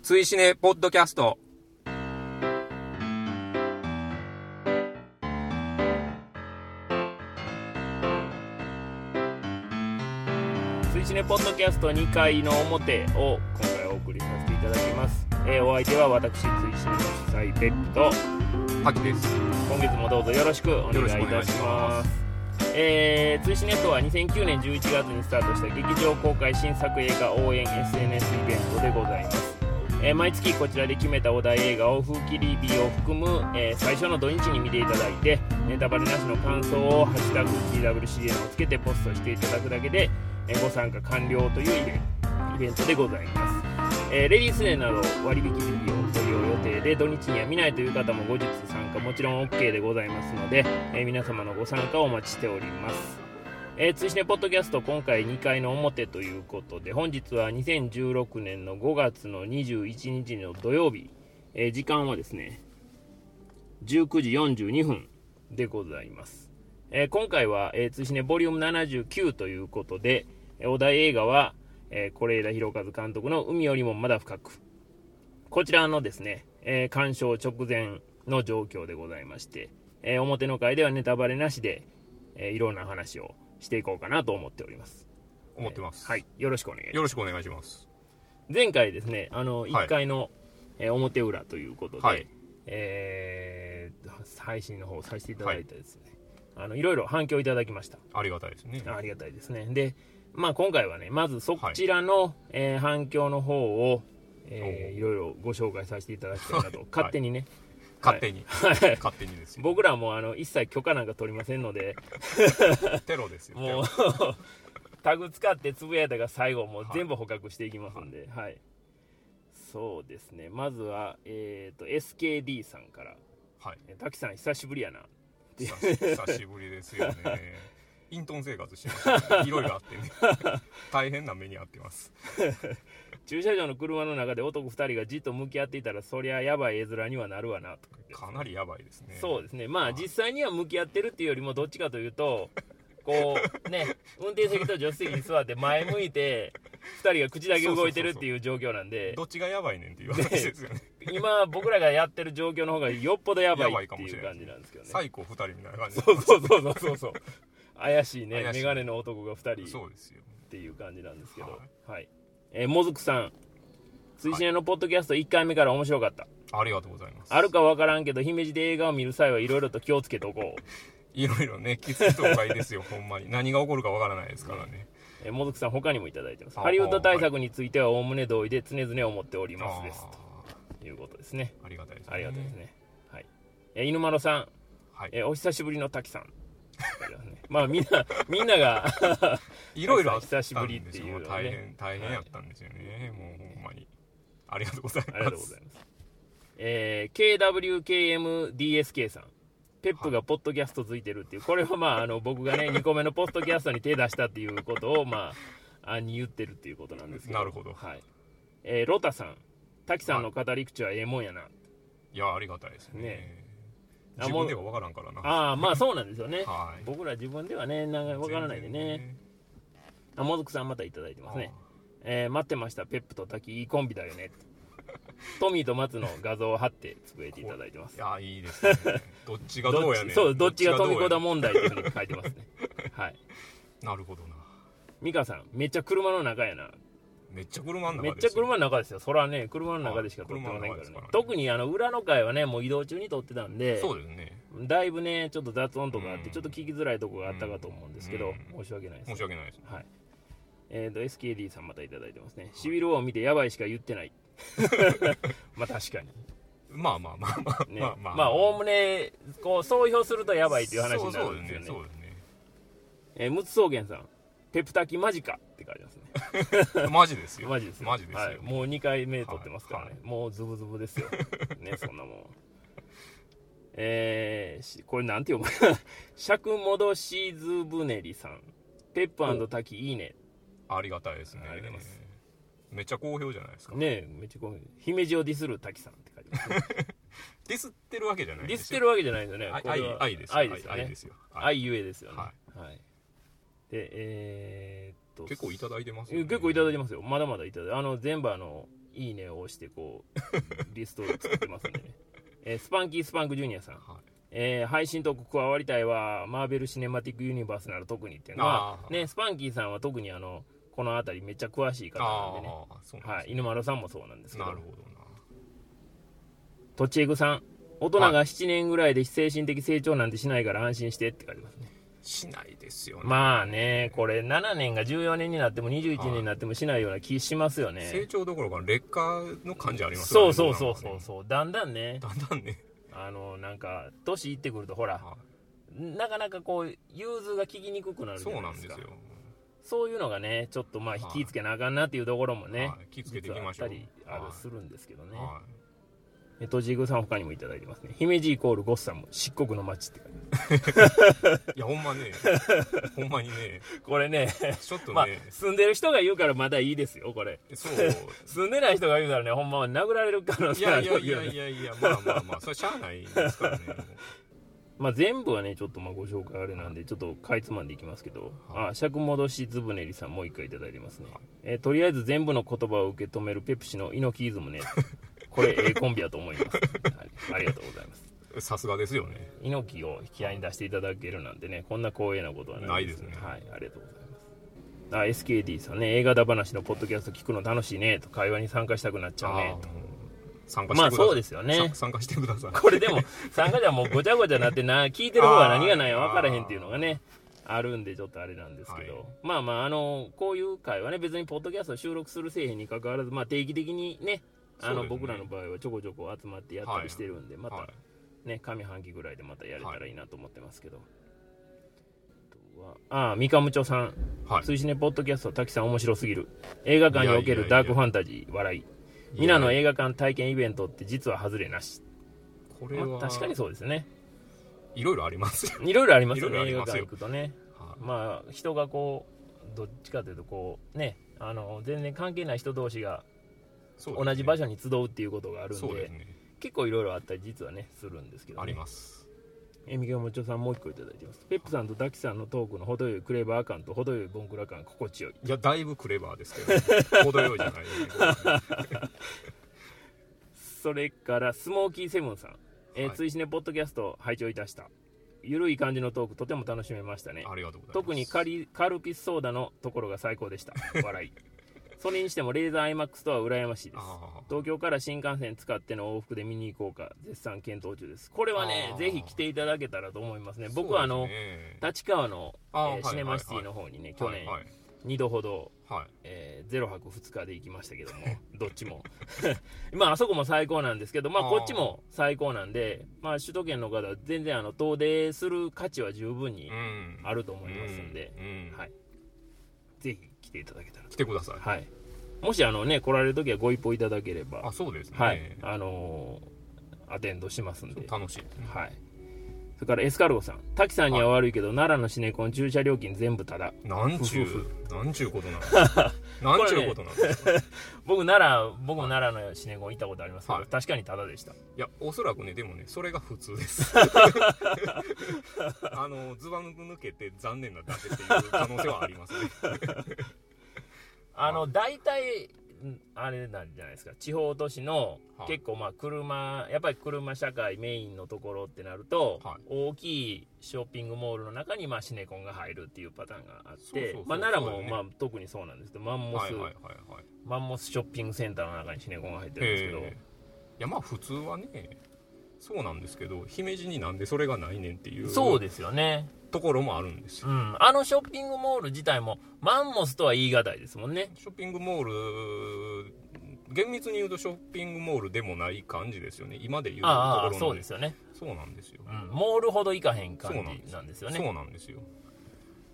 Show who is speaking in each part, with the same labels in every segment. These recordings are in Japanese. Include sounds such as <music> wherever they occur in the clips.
Speaker 1: ついしねポッドキャスト。
Speaker 2: スイシネポッドキャスト2回の表を今回お送りさせていただきます、えーお相手は私追伸の主催ペップと
Speaker 1: パキです。
Speaker 2: 今月もどうぞよろしくお願いいたしますえー、追試ネットは2009年11月にスタートした劇場公開新作映画応援 SNS イベントでございます、えー毎月こちらで決めたお題映画を風切り日を含む、えー最初の土日に見ていただいてネタバレなしの感想を「ハッシュタグ #TWCN」をつけてポストしていただくだけで、えーご参加完了というイベンイベントでございますえーレディースデーなど割引日をご利用予定で土日には見ないという方も後日参加もちろん OK でございますので、えー皆様のご参加をお待ちしておりますえー、通信ポッドキャスト今回2回の表ということで本日は2016年の5月の21日の土曜日、えー時間はですね19時42分でございます、えー今回は、えー、通信ボリューム79ということでえーお題映画はえー是枝裕和監督の「海よりもまだ深く」こちらのですね、えー鑑賞直前の状況でございまして、えー表の会ではネタバレなしで、えーいろんな話をしていこうかなと思っております
Speaker 1: 思ってます。
Speaker 2: はい。よろしくお願い
Speaker 1: よ
Speaker 2: しま
Speaker 1: ろしくお願いします。
Speaker 2: す前回ですねあの1階の、えー表裏ということで、
Speaker 1: はい
Speaker 2: えー配信の方させていただいたですね、い、あのいろいろ反響いただきました
Speaker 1: ありがたいですね。
Speaker 2: ありがたいですね。で、まあ、今回はね、まずそちらの、えー反響の方を、えーいろいろご紹介させていただきたいなと、
Speaker 1: はい
Speaker 2: 勝手にね、
Speaker 1: 勝手に。
Speaker 2: はい
Speaker 1: 勝手にですよ。
Speaker 2: 僕らもあの一切許可なんか取りませんので、
Speaker 1: テロですよ。テ
Speaker 2: も
Speaker 1: <laughs>
Speaker 2: う
Speaker 1: ロ、
Speaker 2: タグ使ってつぶやいたが最後、もう
Speaker 1: はい
Speaker 2: 全部捕獲していきますんで、はい。そうですね、まずは、えー、と SKD さんから、
Speaker 1: はい。
Speaker 2: え滝さん、久しぶりやな。
Speaker 1: 久し久しぶりですよね。イントン生活してましたね。いろいろあってね。
Speaker 2: <laughs>
Speaker 1: 大変な目に遭ってます。
Speaker 2: 駐車場の車の中で男2人がじっと向き合っていたら、そりゃやばい絵面にはなるわなとか言って。
Speaker 1: かなりやばいですね。
Speaker 2: そうですね、ま
Speaker 1: は
Speaker 2: あ
Speaker 1: い
Speaker 2: 実際には向き合ってるっていうよりも、どっちかというと、こうね、運転席と助手席に座って前向いて、2人が口だけ動いてるっていう状況なんで
Speaker 1: ど、っちがやばいねんっていう話ですよね。
Speaker 2: 今、僕らがやってる状況の方がよっぽどやば
Speaker 1: やば
Speaker 2: い
Speaker 1: い
Speaker 2: って
Speaker 1: かもし
Speaker 2: い
Speaker 1: れ
Speaker 2: う
Speaker 1: ない
Speaker 2: 感じなんですけどね。
Speaker 1: 最高二人みたいな感じ
Speaker 2: <laughs> そうそうそうそうそうそう、怪しいね、
Speaker 1: 怪しい
Speaker 2: メガネの男が2人っ
Speaker 1: そうですよ。
Speaker 2: ていう感じなんですけど
Speaker 1: は、
Speaker 2: はい。えーもずくさん、追伸のポッドキャスト1回目から面白かった。
Speaker 1: ありがとうございます。
Speaker 2: あるかわからんけど、姫路で映画を見る際はいろいろと気をつけとこう。 <laughs>
Speaker 1: いろいろね、きついとこがいいですよ、ほんまに。何が起こるかわからないですからね。
Speaker 2: えーもずくさん他にもいただいてます
Speaker 1: あ
Speaker 2: ハリウッド対策についてはおおむね同意で常々思っておりますです
Speaker 1: あ
Speaker 2: ということですね
Speaker 1: ーありがたいです、ね。
Speaker 2: ありがたいです。ね、はい、えー犬丸さん、
Speaker 1: はい。
Speaker 2: えーお久しぶりの滝さん <laughs> まあみんなみんな <laughs> が
Speaker 1: いろいろあったん
Speaker 2: 久
Speaker 1: で
Speaker 2: し
Speaker 1: す
Speaker 2: ぶりっていう
Speaker 1: よ。
Speaker 2: のは
Speaker 1: 大
Speaker 2: ね
Speaker 1: 変、大変やったんですよね。もうほんまに。ありがとうございます。
Speaker 2: ありがとうございます、えー KWKMDSK さんペップがポッドキャストついてるっていうこれはまああの僕がね2個目のポッドキャストに手出したっていうことをまああに言ってるっていうことなんですけど
Speaker 1: なるほど
Speaker 2: はいえーロタさん滝さんの語り口はええもんやない
Speaker 1: や、ありがたいですね。
Speaker 2: ねあ
Speaker 1: 自分ではわからんからな。は
Speaker 2: ああまあそうなんです
Speaker 1: <laughs>
Speaker 2: よね
Speaker 1: い。
Speaker 2: 僕ら自分ではねなんか分からないんでねあもずくさんまたいただいてます
Speaker 1: 全然
Speaker 2: ね、。えー待ってましたペップと滝いいコンビだ
Speaker 1: <laughs>
Speaker 2: よねトミーと松の画像を貼ってつぶえていただいてます
Speaker 1: あーいや、いい
Speaker 2: <laughs>
Speaker 1: ですね。どっちがどうや
Speaker 2: っ
Speaker 1: ね
Speaker 2: ち
Speaker 1: ん。
Speaker 2: そうどっちが
Speaker 1: ど
Speaker 2: ト
Speaker 1: う
Speaker 2: ミ
Speaker 1: やね
Speaker 2: コ
Speaker 1: ん
Speaker 2: だ問題っていうふうに書いてますね <laughs> はい
Speaker 1: なるほどな。
Speaker 2: 美香さんめっちゃ車の中やな
Speaker 1: めっちゃ車の中
Speaker 2: めっ
Speaker 1: です
Speaker 2: ちゃ
Speaker 1: よ
Speaker 2: 車の中ですよそらね車の中でしか撮ってませんから
Speaker 1: はい車の中で
Speaker 2: ね
Speaker 1: すからね
Speaker 2: 特にあの裏の回はねもう移動中に撮ってたんで
Speaker 1: そうですね。
Speaker 2: だいぶねちょっと雑音とかあっ
Speaker 1: う
Speaker 2: て
Speaker 1: ん
Speaker 2: ちょっと聞きづらいとこがあったかと思うんですけど
Speaker 1: うん
Speaker 2: 申し訳ないです
Speaker 1: 申し訳ないです。
Speaker 2: はい。えっ、と、SKD さんまたいただいてますね。シビル王を見てやばいしか言って
Speaker 1: <laughs>
Speaker 2: ない。まあ確かに。
Speaker 1: まあまあまあまあ。
Speaker 2: ね、
Speaker 1: まあまあ。
Speaker 2: まあ、おおむね、こう、総評するとやばいっていう話になるんですよね。
Speaker 1: そうそうですね。
Speaker 2: えー、ムツ草原さん、ペプタキマジかって書いてますね。
Speaker 1: そうですね。マジですよ。
Speaker 2: <laughs> マジですよ。
Speaker 1: マジですよ。
Speaker 2: はい。もう2回目撮ってますからね。
Speaker 1: はい
Speaker 2: もうズブズブ
Speaker 1: <laughs>
Speaker 2: ですよ。ね、そんなもん。えーしこれなんて読む <laughs> 尺戻しずぶねりさん。ペップ滝いいね。
Speaker 1: ありがたいですね。
Speaker 2: ありがとうございます
Speaker 1: めっちゃ好評じゃないですか。
Speaker 2: ねえ、めっちゃこう、姫路をディスる滝さんって書いてます、ね。
Speaker 1: ディスってるわけじゃない
Speaker 2: ディスって
Speaker 1: る
Speaker 2: るわけじゃないですよね。これ
Speaker 1: 愛
Speaker 2: は
Speaker 1: 愛ですよ
Speaker 2: 愛ですよ
Speaker 1: 愛
Speaker 2: ね
Speaker 1: で。すよはい
Speaker 2: 愛ゆえですよね。
Speaker 1: は
Speaker 2: はい。で、えーっと、
Speaker 1: 結構いただいてます
Speaker 2: え結構いただいて
Speaker 1: ま
Speaker 2: ますよ。まだまだいただいて。あの、全部あの、 「いいね」を押してこうリストを作ってますんでね、えースパンキースパンクジュニアさん、
Speaker 1: はい
Speaker 2: えー配信トーク加わりたいはマーベル・シネマティック・ユニバースなら特にっていうのは
Speaker 1: あ、ー
Speaker 2: ね、スパンキーさんは特にあのこの辺りめっちゃ詳しい方
Speaker 1: あ
Speaker 2: なんでね、
Speaker 1: あそうなん
Speaker 2: は
Speaker 1: です
Speaker 2: い、犬丸さんもそうなんですけ
Speaker 1: ね
Speaker 2: ど
Speaker 1: なるほどな
Speaker 2: トチエグさん大人が7年ぐらいで精神的成長なんてしないから安心してって書いてますね
Speaker 1: しないですよね、
Speaker 2: まあねこれ7年が14年になっても21年になってもしないような気しますよ
Speaker 1: 成
Speaker 2: ね
Speaker 1: 長どころか劣化の感じあります
Speaker 2: そうそうそ
Speaker 1: な
Speaker 2: う
Speaker 1: ん
Speaker 2: そ
Speaker 1: か
Speaker 2: う
Speaker 1: ね
Speaker 2: そうだんだんね
Speaker 1: だんだんね
Speaker 2: あのなんか年いってくるとほら
Speaker 1: は
Speaker 2: なかなかこう融通が聞きにくくないるじ
Speaker 1: そ
Speaker 2: ゃ
Speaker 1: うな
Speaker 2: な
Speaker 1: いん
Speaker 2: で
Speaker 1: ですす
Speaker 2: か
Speaker 1: よ
Speaker 2: そういうのがねちょっとま
Speaker 1: は
Speaker 2: あ
Speaker 1: い
Speaker 2: 引きつけなあかんなっていうところもね
Speaker 1: はい気をつけていきましょう
Speaker 2: 実はあったりある
Speaker 1: はい
Speaker 2: するんですけどね
Speaker 1: は
Speaker 2: えとジグさん他にもいただいてますね姫路イコールゴッサム漆黒の街って書いてま
Speaker 1: いいやほんま
Speaker 2: <laughs>
Speaker 1: ねほんまにね <laughs>
Speaker 2: すこれね
Speaker 1: ちょっとね、
Speaker 2: まあ住んでる人が言うからまだいいですよこれ
Speaker 1: そう
Speaker 2: 住んでない人が言うならねほんまは殴られる可能
Speaker 1: い
Speaker 2: 性あ
Speaker 1: や
Speaker 2: る
Speaker 1: い
Speaker 2: けど
Speaker 1: や
Speaker 2: ね
Speaker 1: いやいやいやまあまあまあそれしゃあないですからね
Speaker 2: まあ、全部はねちょっとまあご紹介あれなんでちょっとかいつまんでいきますけど、
Speaker 1: はい
Speaker 2: あ尺戻しずぶねりさんもう一回いただいてますね、
Speaker 1: はい
Speaker 2: えーとりあえず全部の言葉を受け止めるペプシの猪木イズム <laughs> ねこれええコンビやと思います、はい、ありがとうございます
Speaker 1: さすがですよね
Speaker 2: 猪木を引き合いに出していただけるなんてねこんな光栄なことはないですね
Speaker 1: ないですね
Speaker 2: はいありがとうございますあ SKD さんね映画だ話のポッドキャスト聞くの楽しいねと会話に参加したくなっちゃうねと
Speaker 1: あー参加してください
Speaker 2: まあそうですよね
Speaker 1: さ参加してくだ <laughs> さい
Speaker 2: これでも参加者もごちゃごちゃなって
Speaker 1: <laughs>
Speaker 2: な聞いてる方が何がないか分からへんっていうのがねあるんでちょっとあれなんですけど、
Speaker 1: はい
Speaker 2: まあまああのこういう会はね別にポッドキャスト収録する製品に関わらず、まあ、定期的にねあの
Speaker 1: そうですね
Speaker 2: 僕らの場合はちょこちょこ集まってやったりしてるんで、ま
Speaker 1: はい
Speaker 2: たね上半期ぐらいでまたやれたらいいなと思ってますけど、あとはああ三上町さん
Speaker 1: はい
Speaker 2: 通信ねポッドキャスト滝さん面白すぎる映画館にお
Speaker 1: い
Speaker 2: ける
Speaker 1: やいやい
Speaker 2: ダ
Speaker 1: や
Speaker 2: ークファンタジー笑い
Speaker 1: いや
Speaker 2: 皆の映画館体験イベントって実は外れなし、
Speaker 1: これは、
Speaker 2: まあ確かにそうですね
Speaker 1: いろいろありますよ、 <laughs>
Speaker 2: いろいろありますよね
Speaker 1: いろい
Speaker 2: 映
Speaker 1: ろ
Speaker 2: 画
Speaker 1: ありますよ
Speaker 2: 館行くとね
Speaker 1: はい
Speaker 2: まあ人がこうどっちかというとこうねあの全然関係ない人同士が
Speaker 1: そうですね
Speaker 2: 同じ場所に集うっていうことがあるんで
Speaker 1: そうですね
Speaker 2: 結構いろいろあったり実はねするんですけど、ね、
Speaker 1: あります
Speaker 2: えみがもちょさんもう一個いただいてますペップさんとダキさんのトークの程よいクレバー感と程よいボンクラ感心地よい
Speaker 1: いやだいぶクレバーですけど程よいじゃないです
Speaker 2: <laughs>
Speaker 1: か
Speaker 2: それからスモーキーセブンさん、えー
Speaker 1: はい
Speaker 2: 追試ねポッドキャスト拝聴いたしたゆるい感じのトークとても楽しめましたね
Speaker 1: ありがとうございます
Speaker 2: 特にカリカルピスソーダのところが最高でした笑いそれにしてもレーザー IMAX とは羨ましいです
Speaker 1: あー
Speaker 2: 東京から新幹線使っての往復で見に行こうか絶賛検討中ですこれはね
Speaker 1: あー
Speaker 2: ぜひ来ていただけたらと思いますね僕はあの、
Speaker 1: そうですね
Speaker 2: 立川の、え
Speaker 1: あーは
Speaker 2: ー
Speaker 1: い
Speaker 2: シネマシティの方にね、去年
Speaker 1: はいはい
Speaker 2: 2度ほど、
Speaker 1: はい
Speaker 2: え0泊2日で行きまし
Speaker 1: <laughs>
Speaker 2: たけどもどっちも <laughs> まああそこも最高なんですけどまあ
Speaker 1: あー
Speaker 2: こっちも最高なんでまあ首都圏の方は全然あの遠出する価値は十分に
Speaker 1: うん
Speaker 2: あると思いますんで、
Speaker 1: うんうん
Speaker 2: はい、ぜひ来ていただけたらと
Speaker 1: 来てください、
Speaker 2: はい、もしあの、ね、来られる時はご一報いただければ
Speaker 1: あ、そうですね、
Speaker 2: はいあのーアテンドしますんで、
Speaker 1: 楽しいですね
Speaker 2: はい、それからエスカルゴさん滝さんには悪いけど、奈良のシネコン駐車料金全部ただ
Speaker 1: なんちゅ
Speaker 2: ふふ
Speaker 1: うなんちゅうことなんですか
Speaker 2: <laughs>
Speaker 1: なんちゅうことなんですか、
Speaker 2: 僕奈良僕も奈良のシネコン行ったことありますけど、
Speaker 1: はい
Speaker 2: 確かにただでした
Speaker 1: いやおそらくねでもねそれが普通です
Speaker 2: <laughs>
Speaker 1: あのズバ抜けて残念なだけっていう可能性はありますね
Speaker 2: あの大体んあれなんじゃないですか地方都市の
Speaker 1: はい
Speaker 2: 結構まあ車やっぱり車社会メインのところってなると
Speaker 1: はい
Speaker 2: 大きいショッピングモールの中にまあシネコンが入るっていうパターンがあ
Speaker 1: そう
Speaker 2: っ
Speaker 1: そう
Speaker 2: て
Speaker 1: そう
Speaker 2: まあ奈良
Speaker 1: そう
Speaker 2: も
Speaker 1: だよね
Speaker 2: まあ特にそうなんですけどマンモ
Speaker 1: は
Speaker 2: ス
Speaker 1: いはいはいはい
Speaker 2: マンモスショッピングセンターの中にシネコンが入ってるんですけど
Speaker 1: ええいやまあ普通はねそうなんですけど姫路になんでそれがないねんっていう
Speaker 2: そうですよね
Speaker 1: ところもあるんです
Speaker 2: う
Speaker 1: よ、
Speaker 2: んあのショッピングモール自体もマンモスとは言い難いですもんね
Speaker 1: ショッピングモール厳密に言うとショッピングモールでもない感じですよね今で言うところ
Speaker 2: あ
Speaker 1: の
Speaker 2: あそうですよね、
Speaker 1: そうなんですよ、
Speaker 2: うん、モールほど行かへん
Speaker 1: そう
Speaker 2: 感
Speaker 1: なんです
Speaker 2: じなんですよね
Speaker 1: そうなんですよ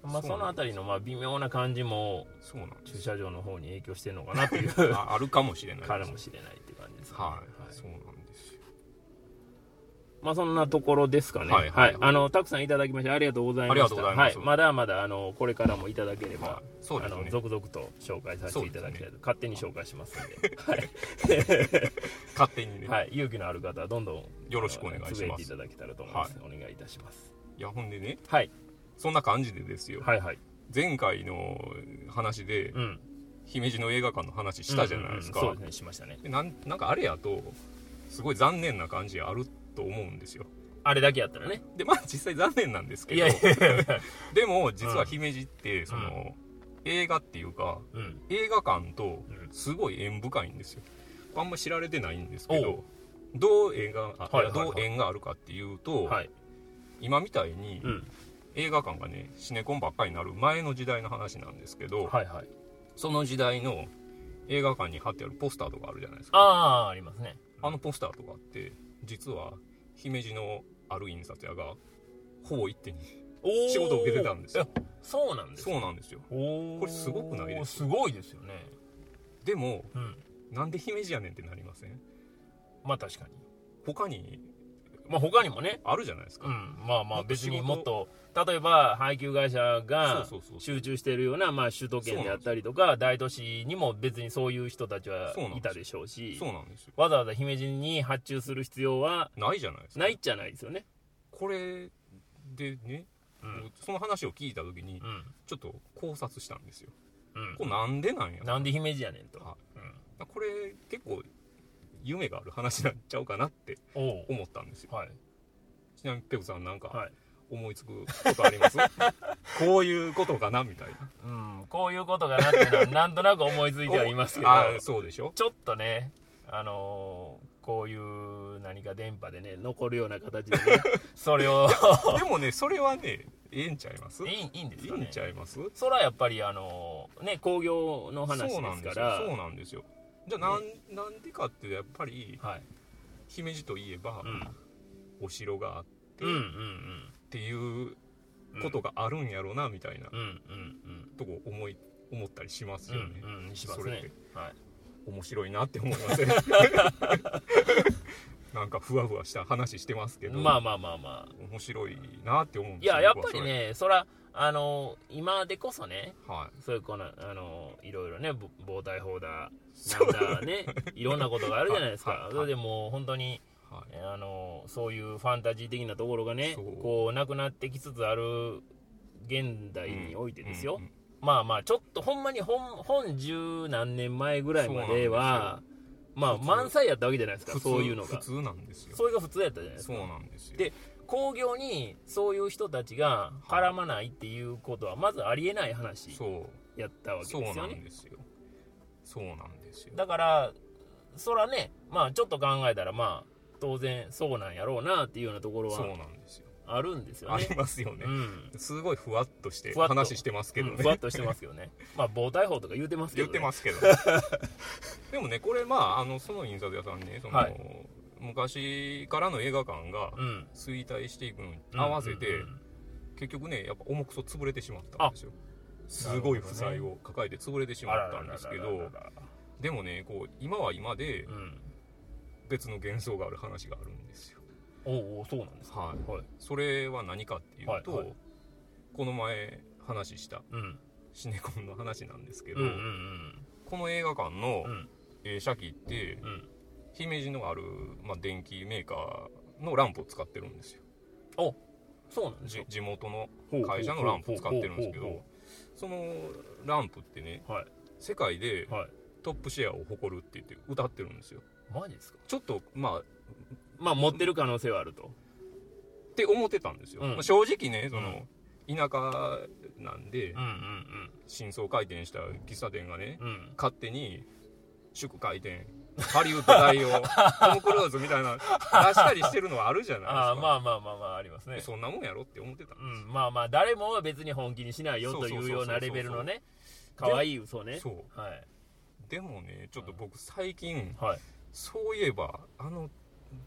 Speaker 2: まあ、
Speaker 1: そうなん
Speaker 2: そ
Speaker 1: です
Speaker 2: のあたりのまあ微妙な感じも
Speaker 1: そうなんです
Speaker 2: 駐車場の方に影響してるのかなっ
Speaker 1: <laughs>
Speaker 2: ていう <laughs>
Speaker 1: よああるかもしれないです
Speaker 2: かもしれないっていう感じですね
Speaker 1: はい、
Speaker 2: はい
Speaker 1: そうなんですよ
Speaker 2: まあそんなところですかねは、
Speaker 1: はいいはい
Speaker 2: あのたくさんいただきましてありがとうございました
Speaker 1: ありがとうございます
Speaker 2: はい、まだまだあのこれからもいただければ、
Speaker 1: はいそう
Speaker 2: あ
Speaker 1: です
Speaker 2: の
Speaker 1: ね
Speaker 2: 続々と紹介させていただきたいと、
Speaker 1: そうですね
Speaker 2: 勝手に紹介します
Speaker 1: 勝手に
Speaker 2: の
Speaker 1: ね、
Speaker 2: で、はい、勇気のある方はどんどんよ
Speaker 1: よろしくお願いし
Speaker 2: い
Speaker 1: ま
Speaker 2: てい
Speaker 1: す
Speaker 2: ただけたらと思います、お願いいたします、
Speaker 1: いやほんでね
Speaker 2: はい、
Speaker 1: そんな感じでですよ、
Speaker 2: はいはい
Speaker 1: 前回の話で
Speaker 2: うん
Speaker 1: 姫路の映画館の話したじゃないですか、
Speaker 2: うんうんうんそうですねしましたね
Speaker 1: でなんなんかあれやとすごい残念な感じあると思うんですよ
Speaker 2: あれだけやったらね
Speaker 1: でまあ実際残念なんですけ
Speaker 2: い
Speaker 1: ど
Speaker 2: やいやいやいや
Speaker 1: でも実は姫路ってその、映画っていうか
Speaker 2: うん
Speaker 1: 映画館と
Speaker 2: うん
Speaker 1: すごい縁深いんですよあんま知られてないんですけ
Speaker 2: お
Speaker 1: どどう縁があ、
Speaker 2: はいはいはい
Speaker 1: どう縁があるかっていうと、
Speaker 2: はい
Speaker 1: 今みたいに
Speaker 2: うん
Speaker 1: 映画館がねシネコンばっかりになる前の時代の話なんですけど、
Speaker 2: はいはい
Speaker 1: その時代の映画館に貼ってあるポスターとかあるじゃないです
Speaker 2: あ
Speaker 1: か
Speaker 2: あありますね
Speaker 1: あのポスターとかって実は姫路のある印刷屋がほぼ一手に
Speaker 2: おー
Speaker 1: 仕事を受けてたんですよ
Speaker 2: いやそうなんです
Speaker 1: そうなんですよ
Speaker 2: おー
Speaker 1: これすごくないです
Speaker 2: すごいですよね
Speaker 1: でも
Speaker 2: うん
Speaker 1: なんで姫路やねんってなりません
Speaker 2: まあ確かに
Speaker 1: 他に
Speaker 2: まあ他にもね
Speaker 1: あるじゃないです
Speaker 2: う
Speaker 1: か、
Speaker 2: ん、まあま
Speaker 1: も
Speaker 2: あ
Speaker 1: っと
Speaker 2: 別
Speaker 1: 仕
Speaker 2: に
Speaker 1: 事
Speaker 2: もっと例えば配給会社が
Speaker 1: そうそうそう
Speaker 2: 集中しているようなまあ首都圏であったりとか大都市にも別にそういう人たちは
Speaker 1: そうなんです
Speaker 2: いたでしょうし
Speaker 1: そうなんですよ
Speaker 2: わざわざ姫路に発注する必要は
Speaker 1: ないじゃないですか
Speaker 2: ないじゃないですよね
Speaker 1: これでね、
Speaker 2: うん
Speaker 1: その話を聞いた時に
Speaker 2: うん
Speaker 1: ちょっと考察したんですよ
Speaker 2: うん
Speaker 1: これなんでなんや
Speaker 2: なんで姫路やねんと
Speaker 1: あこれ結構夢がある話なんちゃうかなって
Speaker 2: うんお
Speaker 1: 思ったんですよ
Speaker 2: おはい
Speaker 1: ちなみにペコさんなんか
Speaker 2: はい
Speaker 1: 思いつくことあり
Speaker 2: <laughs>
Speaker 1: ますこういうことかなみたいな
Speaker 2: うんこういうことかなっていうのはなんとなく思いついてはいますけど
Speaker 1: あそうでしょ
Speaker 2: ちょっとねあのーこういう何か電波でね残るような形でねそれを
Speaker 1: でもねそれはねええんちゃいます
Speaker 2: いいいいんです
Speaker 1: い
Speaker 2: か
Speaker 1: い
Speaker 2: ね
Speaker 1: んちゃいます
Speaker 2: そらやっぱりあのね工業の話
Speaker 1: そうな
Speaker 2: で
Speaker 1: ん
Speaker 2: す
Speaker 1: で
Speaker 2: か
Speaker 1: すよ
Speaker 2: ら
Speaker 1: そうなんですよじゃあなん,、なんでかってやっぱり
Speaker 2: はい
Speaker 1: 姫路といえば、
Speaker 2: うん
Speaker 1: お城があっ
Speaker 2: うんうん
Speaker 1: ていう
Speaker 2: うん
Speaker 1: ことがあるんやろなみたいな
Speaker 2: うんうん
Speaker 1: とこ思い思ったりします
Speaker 2: うんう
Speaker 1: よね、
Speaker 2: んうんします
Speaker 1: それっ
Speaker 2: ね
Speaker 1: て
Speaker 2: はい
Speaker 1: 面白いなって思いませ
Speaker 2: <laughs>
Speaker 1: んなんかふわふわした話してますけど、
Speaker 2: まあまあまあまあ
Speaker 1: 面白いなって思うん
Speaker 2: い
Speaker 1: ですよ
Speaker 2: ややっぱり、ねそらあの今でこそね
Speaker 1: 僕は
Speaker 2: そういうこのあのいろいろねぼ防体法だ
Speaker 1: そ
Speaker 2: な
Speaker 1: れ
Speaker 2: んだねいろんなことがあるじゃないです
Speaker 1: はい
Speaker 2: か
Speaker 1: はい
Speaker 2: それでもう本当に
Speaker 1: はい、はい、
Speaker 2: えーあのそういうファンタジー的なところがね
Speaker 1: そう
Speaker 2: こうなくなってきつつある現代においてですよ、
Speaker 1: うんうん
Speaker 2: まあまあちょっとほんまに本本十何年前ぐらいまではまあ
Speaker 1: 普通
Speaker 2: 満載やったわけじゃないです
Speaker 1: 普
Speaker 2: か
Speaker 1: 通
Speaker 2: そういうの
Speaker 1: 普
Speaker 2: が
Speaker 1: 通なんですよ
Speaker 2: それが普通やったじゃないですか
Speaker 1: そうなんですよ
Speaker 2: で工業にそういう人たちが絡まないっていうことはまずありえない話
Speaker 1: そう
Speaker 2: やったわけ
Speaker 1: そう
Speaker 2: です
Speaker 1: な
Speaker 2: よ
Speaker 1: ん
Speaker 2: ね
Speaker 1: ですよそうなんですよ
Speaker 2: だからそらねまあちょっと考えたらまあ当然そうなんやろうなっていうようなところ
Speaker 1: そう
Speaker 2: は
Speaker 1: なんですよ
Speaker 2: あるんですよ
Speaker 1: あり
Speaker 2: ね
Speaker 1: ますよね
Speaker 2: う、ん
Speaker 1: すごいふわっとして
Speaker 2: ふわっと
Speaker 1: 話してますけどね、
Speaker 2: うんふわっとしてますけどねまあ防体法とか言うてますけ
Speaker 1: 言
Speaker 2: ど
Speaker 1: っ
Speaker 2: ね
Speaker 1: てますけど
Speaker 2: <laughs>
Speaker 1: でもねこれまああのその印刷屋さんねその、
Speaker 2: はい
Speaker 1: 昔からの映画館が
Speaker 2: うん
Speaker 1: 衰退していくのに合わせて、
Speaker 2: うんうんうん
Speaker 1: 結局ねやっぱ重くそ潰れてしまったんですよすごい負債を抱えて潰れてしまったんですけ
Speaker 2: あらら
Speaker 1: ど
Speaker 2: らららら
Speaker 1: でもねこう今は今で
Speaker 2: うん
Speaker 1: 別の幻想がある話があるんですよ
Speaker 2: おうおうそうなんですか
Speaker 1: はい
Speaker 2: はい
Speaker 1: それは何かっていうと、
Speaker 2: はいはい
Speaker 1: この前話した
Speaker 2: うん
Speaker 1: シネコンの話なんですけど、
Speaker 2: うんうん
Speaker 1: この映画館の
Speaker 2: うんうん
Speaker 1: 映写機って
Speaker 2: うん
Speaker 1: 姫路のある、まあ、電気メーカーのランプを使ってるんですよ
Speaker 2: そうなんです
Speaker 1: じ
Speaker 2: よ
Speaker 1: 地元の会社のランプを使ってるんですけどそのランプってね
Speaker 2: はい
Speaker 1: 世界で
Speaker 2: はい
Speaker 1: トップシェアを誇るって言って歌ってるんですよ
Speaker 2: マジですか
Speaker 1: ちょっとまあ
Speaker 2: まあ持ってる可能性はあると
Speaker 1: って思ってたんですよ、
Speaker 2: うん
Speaker 1: まあ正直ねその、田舎なんで
Speaker 2: うん
Speaker 1: 真相回転した喫茶店がね
Speaker 2: うんうんうん
Speaker 1: 勝手に祝回転ハリウッド代表トム・クルーズみたいな出したりしてるのはあるじゃないですか
Speaker 2: ああまあまあまあまあありますね
Speaker 1: そんなもんやろって思ってた
Speaker 2: うん
Speaker 1: ですよ
Speaker 2: んまあまあ誰もは別に本気にしないよ
Speaker 1: そうそ
Speaker 2: と
Speaker 1: うそう
Speaker 2: い
Speaker 1: そう
Speaker 2: うようなレベルのね
Speaker 1: そ
Speaker 2: 可
Speaker 1: う
Speaker 2: 愛い嘘ね
Speaker 1: そう
Speaker 2: はい
Speaker 1: でもねちょっと僕最近
Speaker 2: はい
Speaker 1: そういえばあの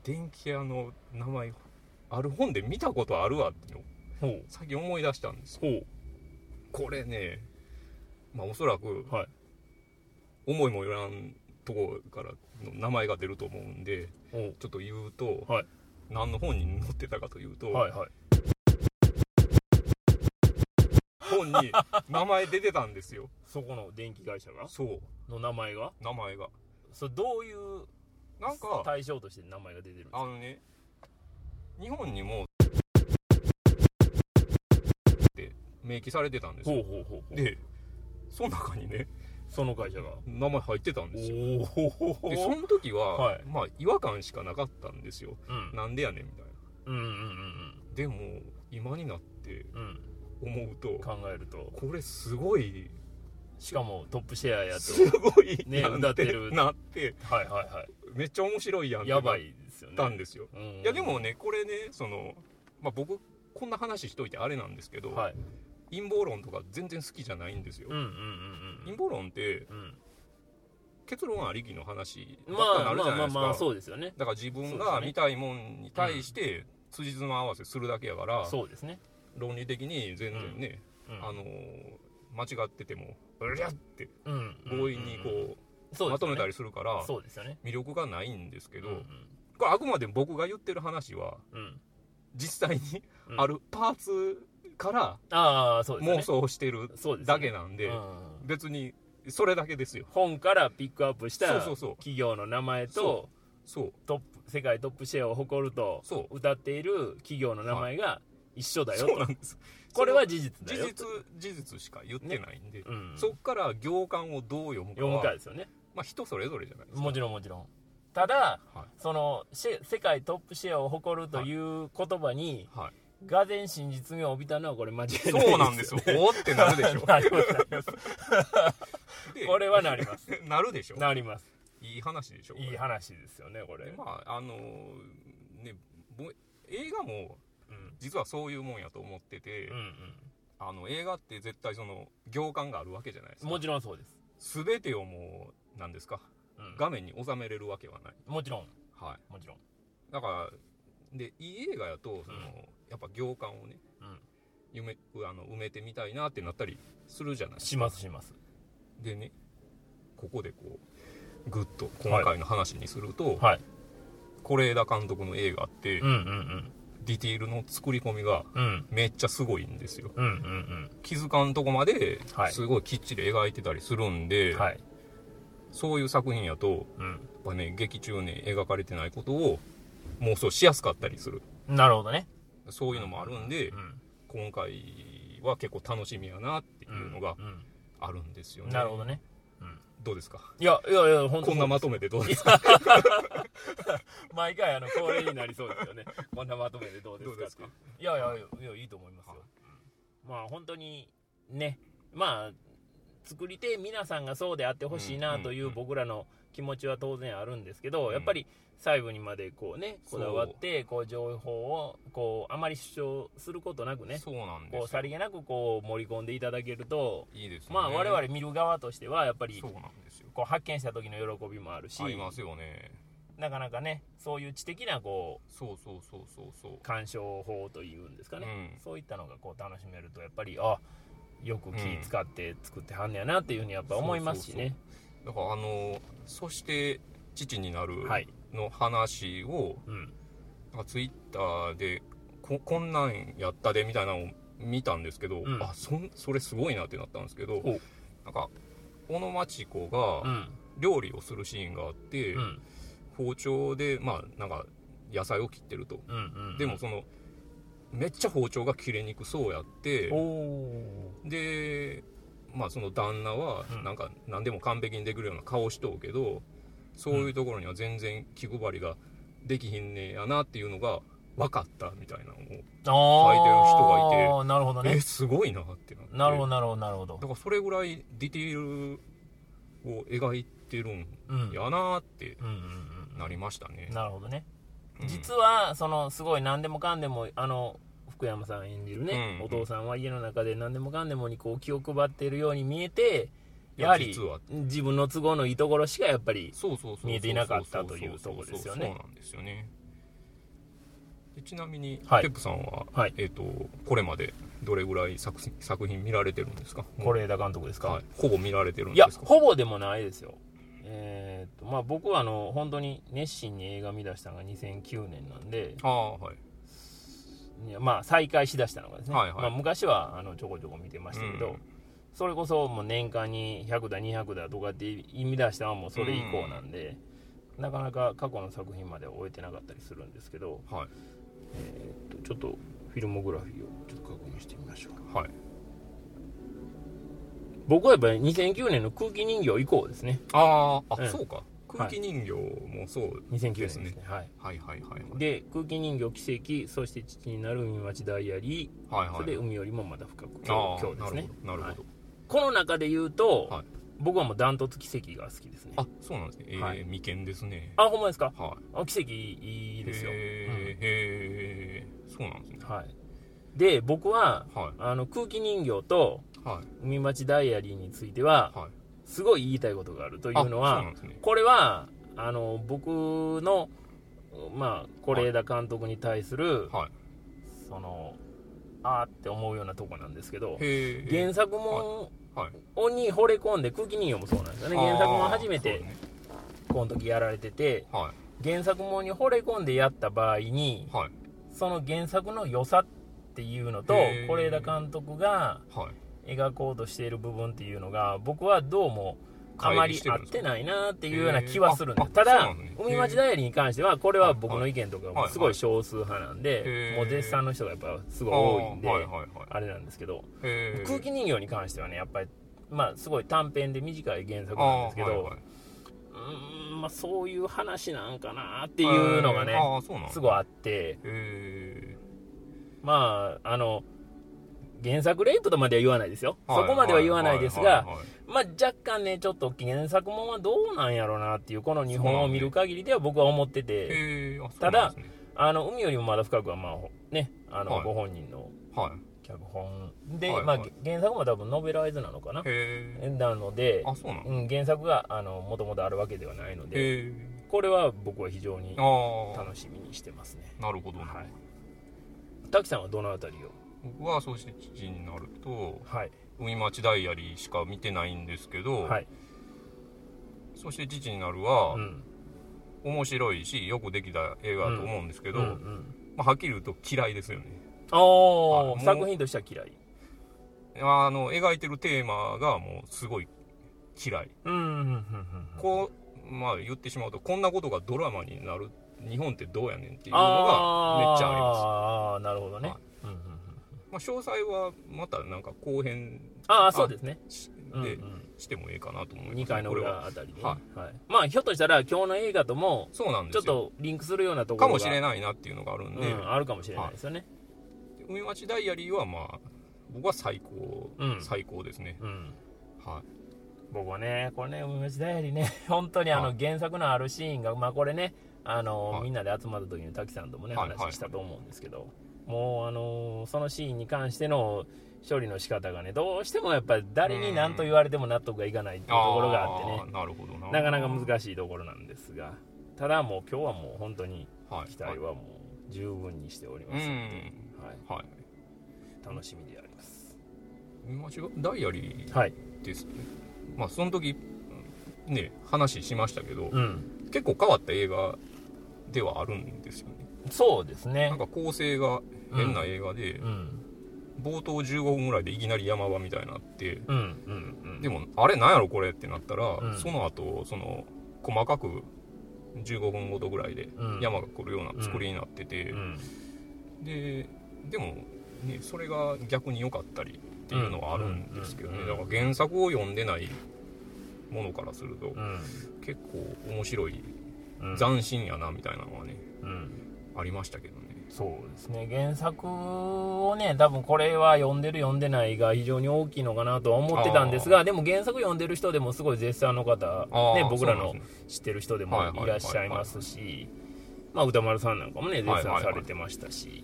Speaker 1: 電気屋の名前ある本で見たことあるわっていうのを
Speaker 2: ほう
Speaker 1: 最近思い出したんですよ
Speaker 2: ほう
Speaker 1: これねまあおそらく
Speaker 2: はい
Speaker 1: 思いもよらんとこからの名前が出ると思うんで
Speaker 2: ほう
Speaker 1: ちょっと言うと、
Speaker 2: はい
Speaker 1: 何の本に載ってたかというと、
Speaker 2: はいはい
Speaker 1: 本に名前出てたんですよ <laughs>
Speaker 2: そこの電気会社が
Speaker 1: そう
Speaker 2: の名前が
Speaker 1: 名前が
Speaker 2: それどういう
Speaker 1: なんか
Speaker 2: 対象として名前が出てるんです
Speaker 1: あ
Speaker 2: か
Speaker 1: のね日本にもって明記されてたんです
Speaker 2: ほ
Speaker 1: よ
Speaker 2: うほうほうほう
Speaker 1: でその中にね
Speaker 2: その会社が
Speaker 1: 名前入ってたんですよ
Speaker 2: おお
Speaker 1: でその時は、
Speaker 2: はい
Speaker 1: まあ違和感しかなかったんですよ
Speaker 2: うん
Speaker 1: なんでやねんみたいな
Speaker 2: うんうんうん
Speaker 1: でも今になって
Speaker 2: うんうん
Speaker 1: 思うと
Speaker 2: 考えると
Speaker 1: これすごい
Speaker 2: しかもトップシェアやと
Speaker 1: すごい
Speaker 2: ね
Speaker 1: なん
Speaker 2: うだってる
Speaker 1: <laughs> なって
Speaker 2: はいはいは
Speaker 1: めっちゃ面白いやんっ
Speaker 2: い
Speaker 1: て
Speaker 2: やば
Speaker 1: なっ
Speaker 2: いですよね
Speaker 1: たんですよ、
Speaker 2: うん
Speaker 1: いやでもねこれねその、まあ、僕こんな話しといてあれなんですけど、
Speaker 2: はい
Speaker 1: 陰謀論とか全然好きじゃないんですよ、
Speaker 2: うんうんうん
Speaker 1: 陰謀論って
Speaker 2: うんうん
Speaker 1: 結論ありきの話ばっか
Speaker 2: ま
Speaker 1: な
Speaker 2: あ
Speaker 1: る
Speaker 2: ま
Speaker 1: じ
Speaker 2: あ
Speaker 1: ゃな
Speaker 2: ま
Speaker 1: いですか、
Speaker 2: あまあそうですよね
Speaker 1: だから自分
Speaker 2: そうで
Speaker 1: が
Speaker 2: すね
Speaker 1: 見たいもんに対して辻褄合わせするだけやから、
Speaker 2: そうですね
Speaker 1: 論理的に全然ね、
Speaker 2: うん
Speaker 1: あのー間違っててもうりゃって
Speaker 2: うん
Speaker 1: 強引にこう、
Speaker 2: そう
Speaker 1: まとめた
Speaker 2: り
Speaker 1: りするから
Speaker 2: そうですよね
Speaker 1: 魅力がないんですけど、
Speaker 2: うん
Speaker 1: これあくまで僕が言ってる話は
Speaker 2: うん
Speaker 1: 実際に
Speaker 2: うん
Speaker 1: あるパーツから
Speaker 2: ああそうですよ
Speaker 1: 妄
Speaker 2: ね
Speaker 1: 想をしてる
Speaker 2: そうですよ
Speaker 1: だ
Speaker 2: ね
Speaker 1: けなんで、
Speaker 2: うん
Speaker 1: 別にそれだけですよ
Speaker 2: 本からピックアップした
Speaker 1: そうそうそう
Speaker 2: 企業の名前と
Speaker 1: そそう
Speaker 2: トップ世界トップシェアを誇ると
Speaker 1: そう
Speaker 2: 歌っている企業の名前が一緒だよ
Speaker 1: そう
Speaker 2: と
Speaker 1: なんです
Speaker 2: これは事実だ
Speaker 1: 事
Speaker 2: よ
Speaker 1: 実事実しか言ってないんで、
Speaker 2: うん
Speaker 1: そっから行間をどう読むか
Speaker 2: 読
Speaker 1: は
Speaker 2: むかですよね
Speaker 1: まあ人それぞれじゃないですか
Speaker 2: もちろんもちろんただ
Speaker 1: は
Speaker 2: そのシェ世界トップシェアを誇るという言葉に
Speaker 1: い、はい、
Speaker 2: がぜん真実味を帯びたのはこれ間違いない
Speaker 1: そうなんです
Speaker 2: <laughs>
Speaker 1: よおーってなるでしょ
Speaker 2: なりますなります
Speaker 1: で
Speaker 2: これはな
Speaker 1: <laughs>
Speaker 2: ります
Speaker 1: なるでしょ
Speaker 2: なります
Speaker 1: いい話でしょこれ
Speaker 2: いい話ですよねこれ
Speaker 1: でまああのーねぼ映画も
Speaker 2: うん
Speaker 1: 実はそういうもんやと思ってて、
Speaker 2: うん
Speaker 1: あの映画って絶対その行間があるわけじゃないです
Speaker 2: うん
Speaker 1: か
Speaker 2: もちろんそうです
Speaker 1: 全てをもう何ですか
Speaker 2: うん
Speaker 1: 画面に収めれるわけはない、
Speaker 2: もちろん
Speaker 1: は
Speaker 2: もちろん
Speaker 1: い、だからでいい映画やとその、
Speaker 2: うん
Speaker 1: やっぱ行間をね
Speaker 2: うん
Speaker 1: 埋めあの埋めてみたいなってなったりするじゃない
Speaker 2: しますします
Speaker 1: でねここでこうグッと今回の話にすると
Speaker 2: はい
Speaker 1: 是枝、監督の映画って、
Speaker 2: うんうん
Speaker 1: ディティールの作り込みが
Speaker 2: うんうん
Speaker 1: めっちゃすごいんですよ
Speaker 2: うんうん
Speaker 1: 気づかんとこまで
Speaker 2: はい
Speaker 1: すごいきっちり描いてたりするん
Speaker 2: う
Speaker 1: で、
Speaker 2: んはい
Speaker 1: そういう作品やと
Speaker 2: うん
Speaker 1: やっぱね劇中ね描かれてないことを妄想しやすかったりする
Speaker 2: なるほどね
Speaker 1: そういうのもあるんで、
Speaker 2: うん
Speaker 1: 今回は結構楽しみやなっていうのが
Speaker 2: うん
Speaker 1: あるんですよね、
Speaker 2: なるほどねうん
Speaker 1: どうですか
Speaker 2: いやいやいや本当
Speaker 1: こんなまとめてどうですか
Speaker 2: 毎回あの恒例になりそうですよ <laughs> ねこんなまとめでどうですか
Speaker 1: どうですか
Speaker 2: っていやいやいやいやいいと思いますよ、
Speaker 1: はい
Speaker 2: まあ本当にねまあ作り手皆さんがそうであってほしいなとい
Speaker 1: うんうん
Speaker 2: う
Speaker 1: うん
Speaker 2: 僕らの気持ちは当然あるんですけど、
Speaker 1: うん
Speaker 2: やっぱり細部にまでこうねこだわっ
Speaker 1: そう
Speaker 2: てこう情報をこうあまり主張することなくね
Speaker 1: そうなんですよ
Speaker 2: こうさりげなくこう盛り込んでいただけると、
Speaker 1: いいですね
Speaker 2: まあ我々見る側としてはやっぱり
Speaker 1: そうなんですよ
Speaker 2: こう発見した時の喜びもあるし
Speaker 1: ありますよね
Speaker 2: なかなかねそういう知的なこう
Speaker 1: そうそうそうそうそう
Speaker 2: 鑑賞法というんですかね、
Speaker 1: うん
Speaker 2: そういったのがこう楽しめるとやっぱりあよく気使って作ってはんねやなっていうふうにやっぱ思いますしね
Speaker 1: だからあのそして父になる
Speaker 2: はい
Speaker 1: の話を、
Speaker 2: うん
Speaker 1: なんかツイッターでここんなんやったでみたいなのを見たんですけど、
Speaker 2: うん
Speaker 1: あそんそれすごいなってなったんですけど
Speaker 2: お
Speaker 1: なんか小野町子
Speaker 2: う
Speaker 1: が
Speaker 2: ん
Speaker 1: 料理をするシーンがあって、
Speaker 2: うん
Speaker 1: 包丁でまあなんか野菜を切ってると、
Speaker 2: うんうん
Speaker 1: でもそのめっちゃ包丁が切れにくそうやって
Speaker 2: おお
Speaker 1: でまあその旦那は
Speaker 2: うん
Speaker 1: なんか何でも完璧にできるような顔しとうけどそういうところには全然気配りができひんねやなっていうのが分かったみたいなのを、い
Speaker 2: あ
Speaker 1: てる人
Speaker 2: がいてなるほど
Speaker 1: え
Speaker 2: ね
Speaker 1: すごいなってなって
Speaker 2: なるほどなるほどなるほど
Speaker 1: だ、からそれぐらいディテールを描いてるん
Speaker 2: うん、うん
Speaker 1: やなって
Speaker 2: うんうん
Speaker 1: なりましたね、
Speaker 2: なるほどね、
Speaker 1: うん
Speaker 2: 実はそのすごい何でもかんでもあの福山さん演じるね、
Speaker 1: うん
Speaker 2: お父さんは家の中で何でもかんでもにこう気を配っているように見えて
Speaker 1: い
Speaker 2: やはり
Speaker 1: 実は
Speaker 2: 自分の都合のいいところしかやっぱり
Speaker 1: そうそうそうそう
Speaker 2: 見えていなかったというとこですよね
Speaker 1: そうなんですよねでちなみに、
Speaker 2: はい
Speaker 1: ペップさんは、
Speaker 2: はい
Speaker 1: えっとこれまでどれぐらい作品作品見られてるんですか
Speaker 2: 是枝監督ですか、
Speaker 1: はい、ほぼ見られてるん
Speaker 2: いや
Speaker 1: ですか
Speaker 2: ほぼでもないですよえーっとまあ僕はあの本当に熱心に映画見出したのが2009年なんで
Speaker 1: ああはい
Speaker 2: いやまあ再開しだしたのがですね、
Speaker 1: はいはい
Speaker 2: まあ、昔はあのちょこちょこ見てましたけ
Speaker 1: う
Speaker 2: ど、
Speaker 1: ん
Speaker 2: それこそもう年間に100だ200だとかって言い出したのはもうそれ以降なんで、なかなか過去の作品までは終えてなかったりするんですけど、
Speaker 1: はい
Speaker 2: えーっとちょっとフィルモグラフィーをちょっと確認してみましょう
Speaker 1: はい
Speaker 2: 僕はやっぱり2009年の空気人形以降ですね
Speaker 1: あーあ、
Speaker 2: うん
Speaker 1: そうか空気人形もそう
Speaker 2: 2009年ですね
Speaker 1: です
Speaker 2: はい
Speaker 1: はいはいはいはい
Speaker 2: で空気人形奇跡そして父になる海町ダイアリー、
Speaker 1: はい
Speaker 2: そ
Speaker 1: は
Speaker 2: れで
Speaker 1: い
Speaker 2: 海よりもまだ深く
Speaker 1: ああ
Speaker 2: 今日今日ですね
Speaker 1: なるほどなるほど、
Speaker 2: この中で言うと、
Speaker 1: はい
Speaker 2: 僕はもうダントツ奇跡が好きですね
Speaker 1: あそうなんですねえー
Speaker 2: はい
Speaker 1: 眉間ですね
Speaker 2: あほんまですか
Speaker 1: は
Speaker 2: あ奇跡い
Speaker 1: い
Speaker 2: いですよ、
Speaker 1: へえ、へーそうなんですね
Speaker 2: はい、で僕は
Speaker 1: は
Speaker 2: あの空気人形と
Speaker 1: いはい
Speaker 2: 海町ダイアリーについては
Speaker 1: はい
Speaker 2: すごい言いたいことがあるというの
Speaker 1: あそう
Speaker 2: は
Speaker 1: なんですね
Speaker 2: これはあの僕のまあ是枝監督に対する、
Speaker 1: はい
Speaker 2: そのあーって思うようなとこなんですけど
Speaker 1: へえ
Speaker 2: 原作も
Speaker 1: はいはい
Speaker 2: に惚れ込んで空気人形もそうなんですよね原作も初め
Speaker 1: あーそ
Speaker 2: て
Speaker 1: うですね
Speaker 2: この時やられてて
Speaker 1: は
Speaker 2: 原作もに惚れ込んでやった場合に
Speaker 1: いはい
Speaker 2: その原作の良さっていうのと
Speaker 1: へー
Speaker 2: 是枝監督が
Speaker 1: はい
Speaker 2: 描こうとしている部分っていうのが僕はどうもあまり合ってないなっていうような気はするんで
Speaker 1: へーあ
Speaker 2: すた
Speaker 1: そう
Speaker 2: だ
Speaker 1: なんですね
Speaker 2: 海町ダイアリーに関してはこれは僕の意見とかもすごい少数派なんで
Speaker 1: へー
Speaker 2: もう弟子さんの人がやっぱすごい多いんで
Speaker 1: あーはいはいはい
Speaker 2: あれなんですけど
Speaker 1: へー
Speaker 2: 空気人形に関してはねやっぱりまあすごい短編で短い原作なんですけ
Speaker 1: あー
Speaker 2: ど
Speaker 1: はいはいう
Speaker 2: ーんまあそういう話なんかなっていうのが
Speaker 1: へー
Speaker 2: ね
Speaker 1: ああそうなん
Speaker 2: すごいあって
Speaker 1: へ
Speaker 2: まああの原作レイプとまでは言わないですよ、
Speaker 1: ーはい
Speaker 2: そこまでは言わないですが、
Speaker 1: はいはいはい
Speaker 2: まあ、若干ねちょっと原作もんはどうなんやろうなっていうこの日本を見る限りでは僕は思ってて、
Speaker 1: へーあそ
Speaker 2: た
Speaker 1: うなん
Speaker 2: だ
Speaker 1: ですね
Speaker 2: あの海よりもまだ深くはまあほねあの
Speaker 1: はい
Speaker 2: ご本人の
Speaker 1: はい
Speaker 2: 脚本で、
Speaker 1: はい
Speaker 2: まあ
Speaker 1: は、い
Speaker 2: 原作も多分ノベライズなのかな
Speaker 1: へえ
Speaker 2: なので
Speaker 1: あ、そうなん
Speaker 2: うん、原作があのもともとあるわけではないので
Speaker 1: へ
Speaker 2: これは僕は非常に
Speaker 1: えあ
Speaker 2: 楽しみにしてますね
Speaker 1: あなるほど、
Speaker 2: はい滝さんはどのあたりを
Speaker 1: 僕はそうして父になると
Speaker 2: はい
Speaker 1: 海町ダイアリーしか見てないんですけど、
Speaker 2: はい、
Speaker 1: そして父になるは、
Speaker 2: うん、
Speaker 1: 面白いしよくできた映画だと思うんですけど、
Speaker 2: うんうん
Speaker 1: まあ、はっきり言うと嫌いですよね
Speaker 2: あー
Speaker 1: はいもう
Speaker 2: 作品としては嫌い
Speaker 1: あの描いてるテーマがもうすごい嫌い
Speaker 2: うんうんうんうんうん
Speaker 1: こうまあ言ってしまうとこんなことがドラマになる日本ってどうやねんっていうのがめっちゃあります
Speaker 2: あーあーなるほどね、
Speaker 1: はい
Speaker 2: うんうんうん
Speaker 1: まあ、詳細はまたなんか後編
Speaker 2: ああそうですね、
Speaker 1: しで、
Speaker 2: うんうん
Speaker 1: してもええかなと思います、
Speaker 2: 2回の
Speaker 1: これは
Speaker 2: 裏あたりね、は
Speaker 1: はい
Speaker 2: まあひょっとしたら今日の映画とも
Speaker 1: そうなんです
Speaker 2: ちょ
Speaker 1: よ
Speaker 2: っとリンクするようなとこ
Speaker 1: か
Speaker 2: ろが
Speaker 1: もしれないなっていうのがあるんで、
Speaker 2: うん、あるかもしれないですよね、
Speaker 1: 海町ダイアリーはまあ僕は最高、
Speaker 2: うん
Speaker 1: 最高ですね、
Speaker 2: うん
Speaker 1: は
Speaker 2: 僕はねこれね「海町ダイアリーね <laughs> 本当にあ
Speaker 1: は
Speaker 2: の
Speaker 1: い
Speaker 2: 原作のあるシーンがまあこれねあの、
Speaker 1: はい
Speaker 2: みんなで集まった時に滝さんともね
Speaker 1: はいは
Speaker 2: 話
Speaker 1: い
Speaker 2: したと思うんですけど、もうあのそのシーンに関しての処理の仕方がねどうしてもやっぱり誰に何と言われても納得がいかないっていう
Speaker 1: い
Speaker 2: ところがあってね
Speaker 1: あーなるほどな
Speaker 2: なかなか
Speaker 1: し
Speaker 2: 難しいところなんですが、ただもう今日はもう本当に
Speaker 1: い、はい、
Speaker 2: 期待はもう十分にしており
Speaker 1: う
Speaker 2: ます、はい、
Speaker 1: んはい
Speaker 2: 楽しみであります。
Speaker 1: 海町ダイアリ
Speaker 2: はい、
Speaker 1: ーですね、まあその時ね話しましたけど、
Speaker 2: うん、
Speaker 1: 結構変わった映画ではあるんですよね
Speaker 2: そうですね
Speaker 1: なん。か構成が変な映画で、
Speaker 2: うん、
Speaker 1: 冒頭15分ぐらいでいきなり山場みたいになって、
Speaker 2: うん、うん、うん。
Speaker 1: で、もあれなんやろこれってなったら、
Speaker 2: うん
Speaker 1: その後その細かく15分ごとぐらいで
Speaker 2: うん
Speaker 1: 山が来るような作りになってて
Speaker 2: う、ん、
Speaker 1: ででも、ね、それが逆に良かったりっていうのはあるんですけどね、
Speaker 2: うんうん
Speaker 1: だから原作を読んでないものからすると、
Speaker 2: うん、
Speaker 1: 結構面白い
Speaker 2: うん、
Speaker 1: 斬新やなみたいなのはね
Speaker 2: うん、
Speaker 1: ありましたけどね
Speaker 2: そうですね。原作をね、多分これは読んでる読んでないが非常に大きいのかなとは思ってたんですが、でも原作読んでる人でもすごい絶賛の方、
Speaker 1: あー
Speaker 2: ね、僕
Speaker 1: そ
Speaker 2: ら
Speaker 1: う
Speaker 2: の
Speaker 1: なんですね
Speaker 2: 知ってる人で
Speaker 1: はい
Speaker 2: も
Speaker 1: はいはい
Speaker 2: いらっしゃいますし、まあ、歌丸さんなんかもね、絶賛されてましたし、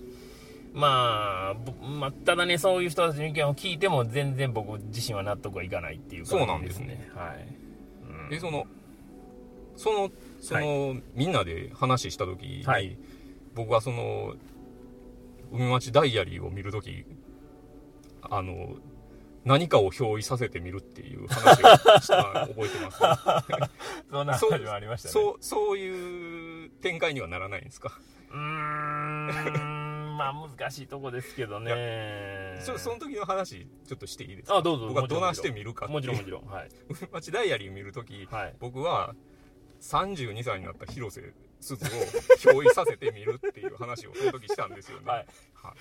Speaker 2: まあぼまあ、ただね、そういう人たちの意見を聞いても、全然僕自身は納得はいかないっていう感
Speaker 1: そうなん
Speaker 2: じで
Speaker 1: ですす
Speaker 2: ね
Speaker 1: ね。
Speaker 2: はいうん
Speaker 1: えそのそのその、みんなで話した時に、
Speaker 2: はい
Speaker 1: 僕はその「海町ダイアリー」を見る時あの何かを憑依させてみるっていう話をしたのを覚えてます、
Speaker 2: そんな
Speaker 1: そう
Speaker 2: 話もありま <laughs> したね。
Speaker 1: そうそういう展開にはならないんですか、
Speaker 2: うーん、まあ難しいとこですけどね。
Speaker 1: そその時の話ちょっとしていいですか
Speaker 2: あ、どうぞ。
Speaker 1: 僕はどなして
Speaker 2: る
Speaker 1: みるかって
Speaker 2: もちろん
Speaker 1: い
Speaker 2: も
Speaker 1: う
Speaker 2: ちろん。はい。
Speaker 1: 海町ダイアリー見る時
Speaker 2: はい。
Speaker 1: 僕は32歳になった広瀬鈴を憑依させてみるっていう話をその時したんですよね。
Speaker 2: はい
Speaker 1: は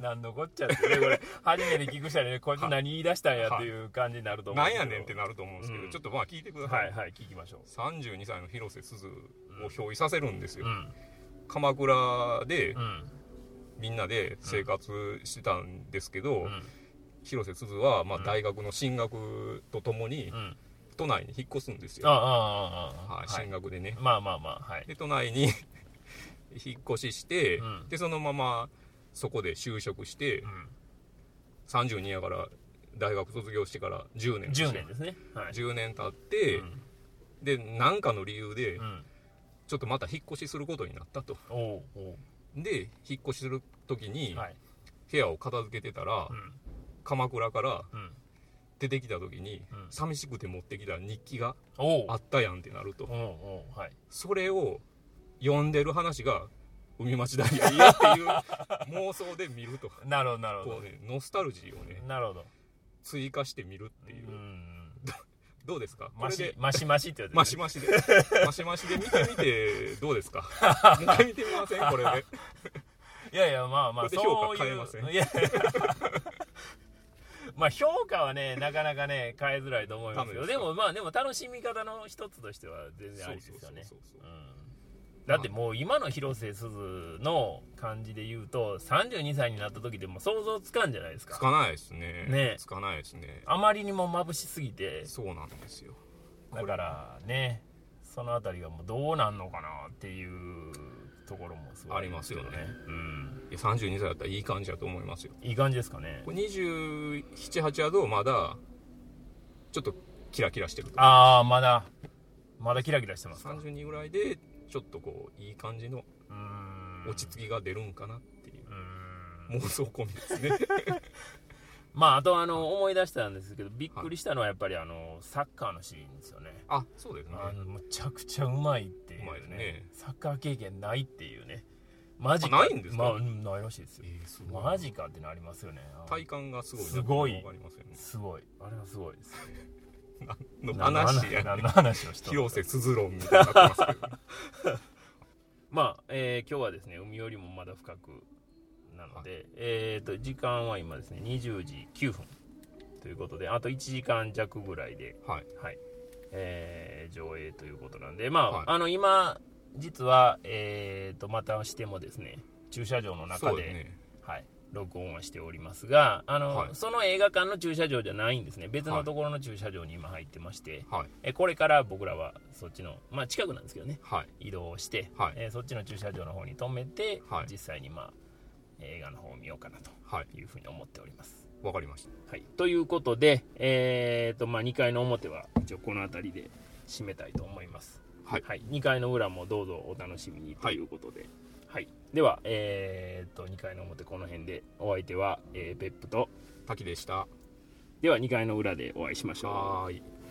Speaker 2: 何のこっちゃってねこれ初めて聞く人はねこいつ何言い出したんやっていう感じになると
Speaker 1: い
Speaker 2: 思う
Speaker 1: なんや
Speaker 2: ですけど
Speaker 1: ねんってなると思うんですけど、
Speaker 2: うん
Speaker 1: ちょっとまあ聞いてくださ。
Speaker 2: はいいはい聞きましょ
Speaker 1: 32歳の広瀬すずを憑依させるんです
Speaker 2: う
Speaker 1: よ。
Speaker 2: うん
Speaker 1: 鎌倉で
Speaker 2: うん
Speaker 1: みんなで生活してたんですけど、
Speaker 2: うん
Speaker 1: 広瀬すずはまあ
Speaker 2: うん
Speaker 1: 大学の進学とともに
Speaker 2: うん
Speaker 1: 都内に引っ越すんです
Speaker 2: ああ
Speaker 1: よ。
Speaker 2: ああああ
Speaker 1: はい、進学でね。
Speaker 2: まあまあまあはい
Speaker 1: で都内に <laughs> 引っ越しして、
Speaker 2: うん
Speaker 1: でそのままそこで就職して、
Speaker 2: うん
Speaker 1: 32やから大学卒業してから10年
Speaker 2: 10年ですねはい
Speaker 1: 10年経って、
Speaker 2: うん
Speaker 1: で何かの理由で
Speaker 2: うん
Speaker 1: ちょっとまた引っ越しすることになったと
Speaker 2: おうおう
Speaker 1: で引っ越しする時に
Speaker 2: はい
Speaker 1: 部屋を片付けてたら、
Speaker 2: うん
Speaker 1: 鎌倉から
Speaker 2: うん
Speaker 1: 出てきた時に、
Speaker 2: うん
Speaker 1: 寂しくて持ってきた日記が
Speaker 2: おう
Speaker 1: あったやんってなると
Speaker 2: おうおうはい
Speaker 1: それを読んでる話が海町ダイアリーやって
Speaker 2: <laughs>
Speaker 1: いう妄想で見ると
Speaker 2: なるほどなるほ
Speaker 1: こうねノスタルジーをね
Speaker 2: どなるほど
Speaker 1: 追加してみるって
Speaker 2: う
Speaker 1: いう、
Speaker 2: ん
Speaker 1: どうですかこ
Speaker 2: マ
Speaker 1: れ
Speaker 2: シ
Speaker 1: で
Speaker 2: マシマシって言われてる
Speaker 1: マシマシでマシマシで見てみてどう
Speaker 2: <laughs>
Speaker 1: ですかもう一回見てみませんこれで
Speaker 2: いやいやまあま
Speaker 1: こ
Speaker 2: あ
Speaker 1: れで評
Speaker 2: そう
Speaker 1: 価
Speaker 2: いう
Speaker 1: 変えません
Speaker 2: いや <laughs> まあ評価はねなかなかね変えづらいと思いますけど
Speaker 1: ダメです
Speaker 2: で
Speaker 1: か
Speaker 2: もまあでも楽しみ方の一つとしては全然ありですよね
Speaker 1: そうそうそう
Speaker 2: う
Speaker 1: そ
Speaker 2: んだってもう今の広瀬すずの感じで言うと32歳になった時でも想像つかんじゃないです
Speaker 1: つ
Speaker 2: か
Speaker 1: かないですね
Speaker 2: ね
Speaker 1: つかないですね
Speaker 2: あまりにも眩しすぎて
Speaker 1: そうなんですよ
Speaker 2: だからねそのあたりがもうどうなんのかなっていうところもすごい
Speaker 1: ありますよね
Speaker 2: うん
Speaker 1: いや32歳だったらいい感じだと思いますよ
Speaker 2: いい感じですかね
Speaker 1: これ278やとまだちょっとキラキラしてると
Speaker 2: ああまだまだキラキラしてますか
Speaker 1: 32ぐらいでちょっとこういい感じの
Speaker 2: うーん
Speaker 1: 落ち着きが出るんかなっていう
Speaker 2: うーん
Speaker 1: 妄想込みですね
Speaker 2: <laughs> まああとあの思い出したんですけどびっくりしたのはやっぱりあのサッカーのシーンですよね
Speaker 1: あそうですね
Speaker 2: あのむちゃくちゃうまいっていう
Speaker 1: うまいで
Speaker 2: ね
Speaker 1: すね
Speaker 2: サッカー経験ないっていうねマジか
Speaker 1: あないんですか
Speaker 2: まあうんないらしいですよ
Speaker 1: えーすごい
Speaker 2: マジかってなりますよねあ
Speaker 1: 体感がすごいな
Speaker 2: すごい
Speaker 1: わかりますよね
Speaker 2: すごいあれはすご
Speaker 1: <laughs>
Speaker 2: いです
Speaker 1: の話や
Speaker 2: 何
Speaker 1: ね
Speaker 2: の話をし
Speaker 1: <laughs>
Speaker 2: た
Speaker 1: 広瀬すずろんみたいになってますけどね
Speaker 2: まあ、えー今日はですね海よりもまだ深くなので、えー、と時間は今ですね20時9分ということであと1時間弱ぐらいで、 <laughs>
Speaker 1: はい
Speaker 2: はいえー上映ということなんでまあ,、
Speaker 1: はい
Speaker 2: あの今実は、えー、とまたしてもですね駐車場の中
Speaker 1: そう
Speaker 2: で
Speaker 1: ですね
Speaker 2: はい、録音はしておりますがあの、
Speaker 1: はい
Speaker 2: その映画館の駐車場じゃないんですね別のところの駐車場に今入ってまして、
Speaker 1: はい
Speaker 2: えこれから僕らはそっちの、まあ、近くなんですけどね
Speaker 1: はい
Speaker 2: 移動して、
Speaker 1: はい
Speaker 2: えーそっちの駐車場の方に止めて、
Speaker 1: はい
Speaker 2: 実際に、まあ、映画の方を見ようかなと
Speaker 1: はい
Speaker 2: いうふうに思っております。
Speaker 1: わかりました
Speaker 2: はい、ということで、えーとまあ、2回の表は一応この辺りで締めたいと思います。
Speaker 1: はい
Speaker 2: はい、2回の裏もどうぞお楽しみにと
Speaker 1: はい
Speaker 2: いうことで、はいでは、えーと2回の表この辺でお相手は、えー、別府と
Speaker 1: 滝でした
Speaker 2: では2回の裏でお会いしましょう。
Speaker 1: はーい